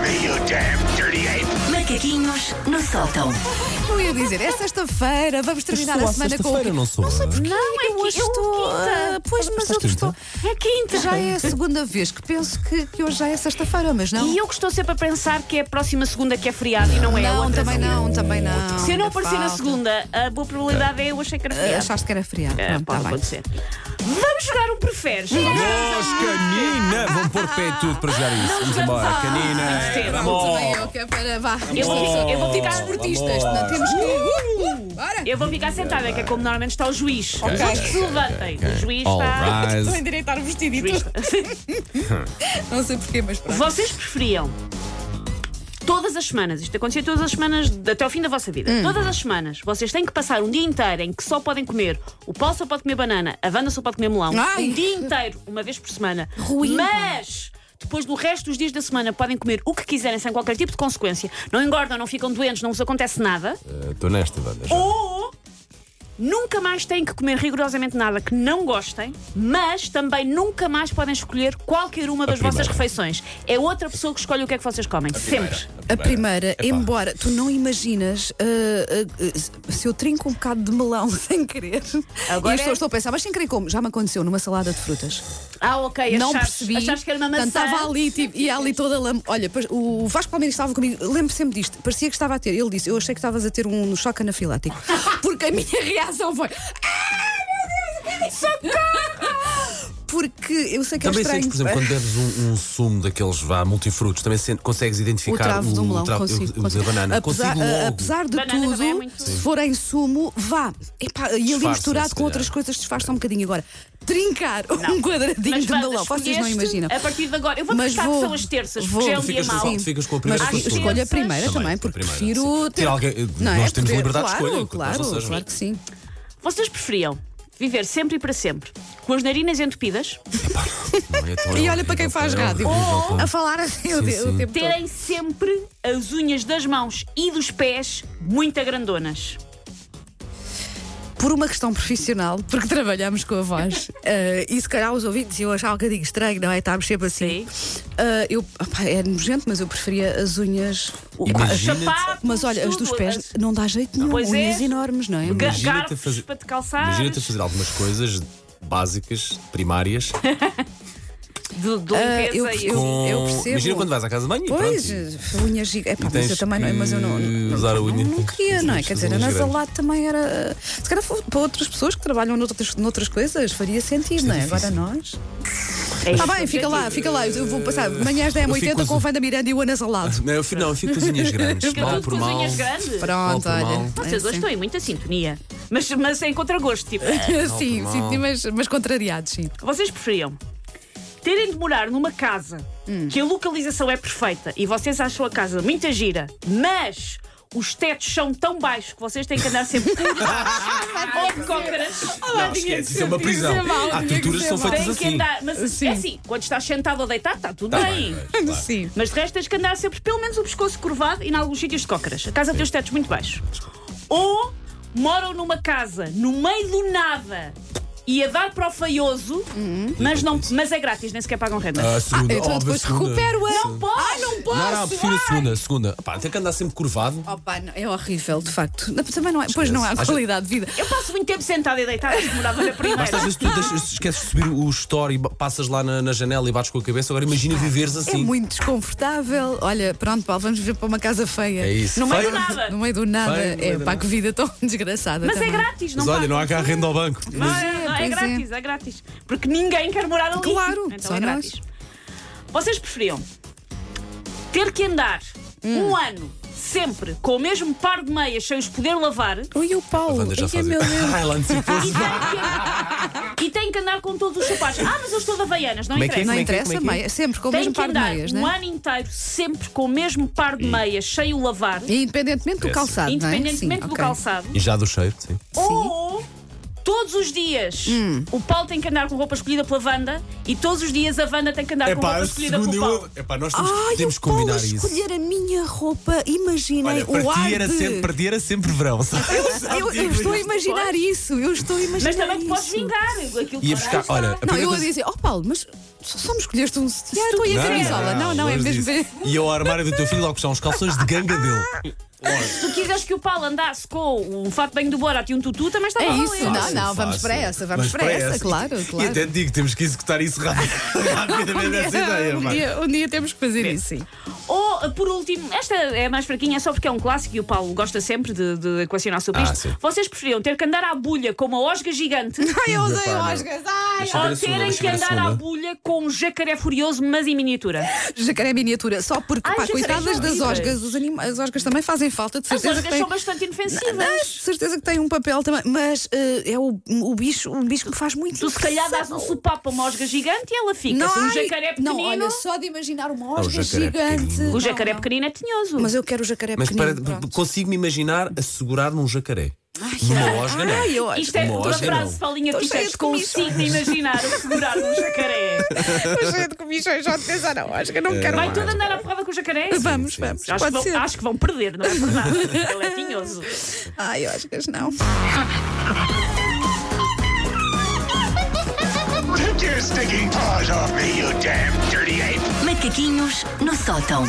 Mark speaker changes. Speaker 1: me, you damn dirty ape!
Speaker 2: Macaquinhos no sótão.
Speaker 3: Eu ia dizer, é sexta-feira, vamos terminar
Speaker 4: Soa
Speaker 3: a semana com o
Speaker 4: sexta-feira,
Speaker 3: quê?
Speaker 4: não soa?
Speaker 3: sei porquê,
Speaker 5: Não, é
Speaker 3: eu
Speaker 5: que-
Speaker 3: hoje
Speaker 5: é o
Speaker 3: estou.
Speaker 5: quinta.
Speaker 3: ah, Pois, mas eu
Speaker 4: estás
Speaker 3: estou.
Speaker 5: É quinta.
Speaker 3: Já é a segunda vez que penso que, que hoje já é sexta-feira, mas não.
Speaker 5: E eu que estou sempre a pensar que é a próxima segunda que é feriado e não é a
Speaker 3: Não,
Speaker 5: outra.
Speaker 3: também não, também não.
Speaker 5: Se eu não
Speaker 3: Ainda
Speaker 5: aparecer na
Speaker 3: falta.
Speaker 5: segunda, a boa probabilidade é eu achei que era
Speaker 3: Ah,
Speaker 5: feriado.
Speaker 3: Achaste que era feriado.
Speaker 5: É,
Speaker 3: Pronto, tá
Speaker 5: pode
Speaker 3: bem. Hum.
Speaker 5: acontecer. Vamos jogar um preferes.
Speaker 4: Nós, canina! Vamos pôr pé e tudo para jogar isso. Vamos embora,
Speaker 5: Sim,
Speaker 4: canina!
Speaker 3: Muito
Speaker 4: Vamos!
Speaker 3: bem, eu quero para. Vá.
Speaker 5: Eu vou, eu vou ficar
Speaker 3: Desportistas, não temos que. Uh, Bora!
Speaker 5: Eu vou ficar sentada, que é como normalmente está o juiz. Os
Speaker 3: ok,
Speaker 5: outros se levantem. O juiz
Speaker 4: All
Speaker 5: está.
Speaker 4: rise.
Speaker 3: endireitar o
Speaker 5: o juiz
Speaker 3: vestidito.
Speaker 5: está-
Speaker 3: Não sei porquê, mas pronto.
Speaker 5: Vocês preferiam todas as semanas, isto acontecia todas as semanas de- até ao fim da vossa vida, todas as semanas vocês têm que passar um dia inteiro em que só podem comer, o Paulo só pode comer banana, a Wanda só pode comer melão,
Speaker 3: Ai!
Speaker 5: um dia inteiro, uma vez por semana.
Speaker 3: Ruim.
Speaker 5: Mas. Depois do resto dos dias da semana podem comer o que quiserem sem qualquer tipo de consequência. Não engordam, não ficam doentes, não vos acontece nada.
Speaker 4: Eh, Estou nesta, Wanda. já.
Speaker 5: Ou nunca mais têm que comer rigorosamente nada que não gostem, mas também nunca mais podem escolher qualquer uma das vossas
Speaker 4: primeira.
Speaker 5: refeições. É outra pessoa que escolhe o que é que vocês comem. Sempre.
Speaker 3: A primeira, embora tu não imaginas ah, ah, ah, se eu trinco um bocado de melão sem querer. e as
Speaker 5: Agora é-
Speaker 3: pessoas estão a pensar, mas sem querer como? Já me aconteceu numa salada de frutas.
Speaker 5: Ah, ok.
Speaker 3: não
Speaker 5: achaste,
Speaker 3: percebi.
Speaker 5: Achaste que era uma maçã.
Speaker 3: Portanto, estava ali tipo, e ali toda lam... Olha, pois, o Vasco Palmeiras estava comigo, lembro sempre disto, parecia que estava a ter. Ele disse: Eu achei que estavas a ter um choque anafilático. Porque a minha reação foi. "Ai, meu Deus, o que é que socorro!" Porque eu sei que
Speaker 4: Também
Speaker 3: é estranho.
Speaker 4: sentes, por exemplo, quando bebes um, um sumo daqueles vá, multifrutos, também sente- consegues
Speaker 3: o
Speaker 4: identificar
Speaker 3: travo do melão,
Speaker 4: travo- eu-
Speaker 3: consigo.
Speaker 4: eu-
Speaker 3: consigo.
Speaker 4: da banana.
Speaker 3: Apesar,
Speaker 4: consigo logo.
Speaker 3: a- apesar de
Speaker 5: Banana
Speaker 3: tudo,
Speaker 5: também é muito-
Speaker 3: se for em sumo, vá. Epá, e ali
Speaker 4: Disfarça,
Speaker 3: misturado
Speaker 4: se
Speaker 3: com
Speaker 4: calhar.
Speaker 3: outras coisas, disfarça um bocadinho. Agora, trincar um quadradinho
Speaker 5: Mas,
Speaker 3: de
Speaker 5: Wanda,
Speaker 3: melão, vocês não
Speaker 5: escolheste
Speaker 3: imaginam.
Speaker 5: A partir de agora. Eu vou
Speaker 3: Mas
Speaker 5: pensar
Speaker 3: vou-
Speaker 5: que são as terças,
Speaker 3: vou-
Speaker 5: porque já é um
Speaker 3: Tu
Speaker 5: dia
Speaker 4: ficas com-
Speaker 5: mau.
Speaker 4: tu ficas com a primeira
Speaker 3: Mas
Speaker 4: com a segunda.
Speaker 3: escolho a primeira
Speaker 4: Também,
Speaker 3: também,
Speaker 4: com a
Speaker 3: porque
Speaker 4: primeira,
Speaker 3: prefiro
Speaker 4: sim.
Speaker 3: ter.
Speaker 4: Ter alguém-
Speaker 3: Não
Speaker 4: nós temos
Speaker 3: Poder-
Speaker 4: liberdade de
Speaker 3: claro,
Speaker 4: escolha, que nós não é?
Speaker 3: Claro,
Speaker 4: sejamos.
Speaker 3: claro que sim.
Speaker 5: Vocês preferiam viver sempre e para sempre com as narinas entupidas,
Speaker 4: Não, é tão-
Speaker 3: E olha para quem faz
Speaker 4: é
Speaker 3: rádio.
Speaker 4: horrível,
Speaker 5: Oh.
Speaker 4: pá.
Speaker 3: A falar assim o
Speaker 4: Sim,
Speaker 3: de- o
Speaker 4: sim.
Speaker 3: tempo todo.
Speaker 5: terem sempre as unhas das mãos e dos pés muito agrandonas?
Speaker 3: por uma questão profissional, porque trabalhamos com a voz, eh, e se calhar os ouvintes iam achar um bocadinho estranho, não é? Estávamos sempre assim. Eh, eu, opá, é nojento, mas eu preferia as unhas.
Speaker 5: O-
Speaker 4: Imagina-
Speaker 5: os sapatos,
Speaker 3: Mas olha, as dos
Speaker 5: tudo,
Speaker 3: pés
Speaker 5: Ah, as-
Speaker 3: não dá jeito nenhum.
Speaker 5: Pois é.
Speaker 3: unhas enormes, não é?
Speaker 5: Ga-
Speaker 4: Imagina-te a
Speaker 5: garfos
Speaker 4: fazer-
Speaker 5: para te calçar.
Speaker 4: Imagina-te a fazer algumas coisas básicas, primárias,
Speaker 5: de, de
Speaker 3: Ah, eu-
Speaker 5: limpeza e-
Speaker 3: eu-
Speaker 4: com.
Speaker 3: percebo.
Speaker 4: Imagina quando vais à casa de banho e
Speaker 3: Pois,
Speaker 4: pronto.
Speaker 3: eh, unhas gigantes. Epá, mas
Speaker 4: tens
Speaker 3: eu também não, é, mas eu não,
Speaker 4: que
Speaker 3: não,
Speaker 4: usar a
Speaker 3: não,
Speaker 4: unha.
Speaker 3: não queria, não é?
Speaker 4: Tens
Speaker 3: Quer
Speaker 4: as
Speaker 3: dizer, a
Speaker 4: unhas
Speaker 3: nasalado também era. eh, Se calhar for- para outras pessoas que trabalham noutras, noutras coisas, faria sentido, não é? Agora nós. Está
Speaker 5: É isso.
Speaker 3: Tá bem, fica lá, fica lá. Eu vou passar amanhã às
Speaker 4: eu
Speaker 3: 10h80
Speaker 4: fico
Speaker 3: com o Vanda Miranda e o Anasalado.
Speaker 4: Não, eu fico, não, eu fico com as unhas grandes.
Speaker 5: Fica
Speaker 4: mal
Speaker 5: tudo
Speaker 4: por
Speaker 5: com as
Speaker 4: mal.
Speaker 5: unhas grandes.
Speaker 3: Pronto, é assim.
Speaker 4: Mal por mal.
Speaker 3: olha.
Speaker 5: Vocês dois estão em muita sintonia, mas, mas em contragosto. Tipo,
Speaker 3: sim,
Speaker 4: mal.
Speaker 3: sim, mas, mas contrariados, sim.
Speaker 5: vocês preferiam terem de morar numa casa que a localização é perfeita e vocês acham a casa muita gira, mas os tetos são tão baixos que vocês têm que andar sempre por baixo ou de cócaras.
Speaker 4: Não, esquece, isso é uma prisão. Há torturas que são feitas
Speaker 5: Têm que
Speaker 4: assim.
Speaker 5: andar. Mas
Speaker 3: Sim.
Speaker 5: é assim, quando estás sentado ou deitado, está tudo
Speaker 4: Tá
Speaker 5: bem.
Speaker 4: bem, bem, claro.
Speaker 3: Sim.
Speaker 5: Mas de resto tens que andar sempre pelo menos o pescoço curvado e em alguns sítios de cócaras. A casa tem os tetos muito baixos. Ou moram numa casa no meio do nada e a dar para o feioso, mas, não, mas é grátis, nem sequer pagam renda.
Speaker 4: Ah, A segunda,
Speaker 3: Então
Speaker 4: óbvio,
Speaker 3: depois
Speaker 4: a segunda.
Speaker 3: recupero a.
Speaker 5: Não posso!
Speaker 3: Ai, não posso!
Speaker 4: Não, não, prefiro a segunda. a segunda. Pá, tem que andar sempre curvado.
Speaker 3: Opa, não, é horrível, de facto. Não, Também não é, pois não há
Speaker 4: Esquece.
Speaker 3: qualidade de vida.
Speaker 5: Eu passo muito tempo sentada e deitada, acho que morava na
Speaker 4: Basta às
Speaker 5: primeira.
Speaker 4: vezes tu deixas- esqueces de subir o store e ba- passas lá na, na janela e bates com a cabeça. Agora imagina viveres
Speaker 3: É
Speaker 4: assim.
Speaker 3: muito desconfortável. Olha, pronto, Paulo, vamos viver para uma casa feia.
Speaker 4: É isso.
Speaker 5: No meio do
Speaker 4: Feio.
Speaker 5: nada.
Speaker 3: No meio do nada.
Speaker 4: Feio, no meio
Speaker 3: é,
Speaker 4: do
Speaker 3: pá,
Speaker 4: nada.
Speaker 3: que vida tão desgraçada.
Speaker 5: Mas é
Speaker 3: também.
Speaker 5: grátis, não
Speaker 4: Mas olha, não há
Speaker 5: pagam.
Speaker 4: cá renda ao banco.
Speaker 5: Não,
Speaker 4: Mas-
Speaker 5: é, não, é
Speaker 3: pois é.
Speaker 5: grátis, é grátis. Porque ninguém quer morar ali.
Speaker 3: Claro,
Speaker 5: então
Speaker 3: só
Speaker 5: é grátis. Vocês preferiam ter que andar
Speaker 3: Hum.
Speaker 5: um ano sempre com o mesmo par de meias sem os poder lavar e
Speaker 3: Ui, o
Speaker 4: A
Speaker 3: Paulo.
Speaker 4: Wanda já
Speaker 3: Ai,
Speaker 4: faz
Speaker 3: é meu
Speaker 4: isso.
Speaker 3: Deus.
Speaker 4: Ai, ela antecipou-se.
Speaker 5: têm que, e têm que andar com todos os sapatos. Ah, mas eu estou de Havaianas, não
Speaker 4: Como é que é?
Speaker 5: interessa.
Speaker 3: Não interessa,
Speaker 4: Como como é que é?
Speaker 3: meia- sempre com o
Speaker 5: Têm
Speaker 3: mesmo
Speaker 5: que
Speaker 3: par de
Speaker 5: andar
Speaker 3: meias,
Speaker 5: um
Speaker 3: né?
Speaker 5: ano inteiro sempre com o mesmo par de meias sem o lavar,
Speaker 3: E Independentemente do
Speaker 4: Parece.
Speaker 3: calçado, não é?
Speaker 5: independentemente
Speaker 3: Sim, Hum.
Speaker 5: do
Speaker 3: ok.
Speaker 5: calçado.
Speaker 4: E já do cheiro, sim.
Speaker 5: Ou Todos os dias o Paulo tem que andar com roupa escolhida pela Wanda e todos os dias a Wanda tem que andar com roupa escolhida pelo Paulo.
Speaker 4: Epá, nós temos,
Speaker 3: Ai,
Speaker 4: temos
Speaker 3: o
Speaker 4: que
Speaker 3: Paulo
Speaker 4: combinar
Speaker 3: a
Speaker 4: isso.
Speaker 3: escolher a minha roupa, imaginem
Speaker 4: Olha,
Speaker 3: o
Speaker 4: para
Speaker 3: ar
Speaker 4: ti, era
Speaker 3: de...
Speaker 4: sempre, para ti era sempre verão. sabe?
Speaker 3: Eu, eu estou a imaginar isso, eu estou a imaginar
Speaker 5: Mas também te
Speaker 3: isso.
Speaker 5: podes vingar. Aquilo que
Speaker 4: é Ia
Speaker 5: tu
Speaker 4: buscar,
Speaker 5: olhaste,
Speaker 4: olha, a
Speaker 3: Não,
Speaker 4: primeira
Speaker 3: eu a
Speaker 4: coisa-
Speaker 3: dizer, oh Paulo, mas só só me escolheste um sutiã, estou aí a
Speaker 4: Não,
Speaker 3: camisola. Não, não, é
Speaker 4: longe
Speaker 3: mesmo Ah,
Speaker 4: disso. E ao armário do teu filho logo são os calções de ganga dele.
Speaker 5: Se tu quiseres que o Paulo andasse com um fato bem do Borat e um tutu, também está
Speaker 3: É
Speaker 5: bom.
Speaker 3: isso, não, não, vamos para essa, vamos para essa, claro,
Speaker 4: E
Speaker 3: claro.
Speaker 4: até te digo, temos que executar isso rápido, rapidamente, essa É ideia,
Speaker 3: um,
Speaker 4: pá.
Speaker 3: dia, um dia temos que fazer isso, sim.
Speaker 5: Ou, por último, esta é mais fraquinha, é só porque é um clássico e o Paulo gosta sempre de, de equacionar sobre
Speaker 4: Ah,
Speaker 5: isto.
Speaker 4: sim.
Speaker 5: Vocês preferiam ter que andar à bulha com uma osga gigante
Speaker 3: Ai, eu usei
Speaker 4: Epá, não.
Speaker 3: Oscars, ai!
Speaker 4: Deixa eu ver
Speaker 5: ou
Speaker 4: a segunda,
Speaker 5: terem
Speaker 4: deixa
Speaker 5: que
Speaker 4: eu ver a
Speaker 5: andar à
Speaker 4: segunda.
Speaker 5: bulha com um jacaré furioso, mas em miniatura?
Speaker 3: Jacaré miniatura, só porque,
Speaker 5: Ai,
Speaker 3: pá,
Speaker 5: jacarés
Speaker 3: coitadas
Speaker 5: são
Speaker 3: das
Speaker 5: horríveis.
Speaker 3: Oscars, os anima- as Oscars também fazem falta, de
Speaker 5: As
Speaker 3: certeza que
Speaker 5: osgas
Speaker 3: tem.
Speaker 5: são bastante inofensivas.
Speaker 3: Ah, de certeza que tem um papel também, mas eh, é o, o bicho, um bicho que me faz muito
Speaker 5: Tu se calhar dás um
Speaker 3: impressão.
Speaker 5: sopapo a uma osga gigante e ela fica.
Speaker 3: Não,
Speaker 5: Se um
Speaker 3: ai,
Speaker 5: jacaré pequenino.
Speaker 3: Não, olha, só de imaginar uma
Speaker 4: É o
Speaker 3: osga
Speaker 4: jacaré
Speaker 3: gigante.
Speaker 4: pequenino.
Speaker 5: O jacaré
Speaker 3: Não, não.
Speaker 5: pequenino é tinhoso.
Speaker 3: Mas eu quero o jacaré
Speaker 4: Mas para,
Speaker 3: pequenino. pronto.
Speaker 4: consigo-me imaginar a segurar num jacaré. Numa osga, não.
Speaker 3: Ai, eu
Speaker 5: Isto é
Speaker 4: Uma
Speaker 5: tua
Speaker 4: osga,
Speaker 5: frase,
Speaker 4: não.
Speaker 5: Paulinha,
Speaker 3: Estou
Speaker 5: que
Speaker 3: cheia
Speaker 5: ficas
Speaker 3: de
Speaker 5: com o
Speaker 3: comichões.
Speaker 5: signo de imaginar o segurar um jacaré.
Speaker 3: Estou cheia de comichões já de pensar na osga,
Speaker 4: É.
Speaker 3: não quero
Speaker 5: Vai
Speaker 3: mais.
Speaker 5: tudo andar à porrada com o jacaré?
Speaker 3: Vamos, vamos,
Speaker 5: Acho que,
Speaker 3: pode ser.
Speaker 5: vão, acho que vão perder, não é por nada. Ele é tinhoso.
Speaker 3: Ai, osgas, não.
Speaker 1: Take your stinking paws off me, you damn dirty ape!
Speaker 2: Macaquinhos no sótão.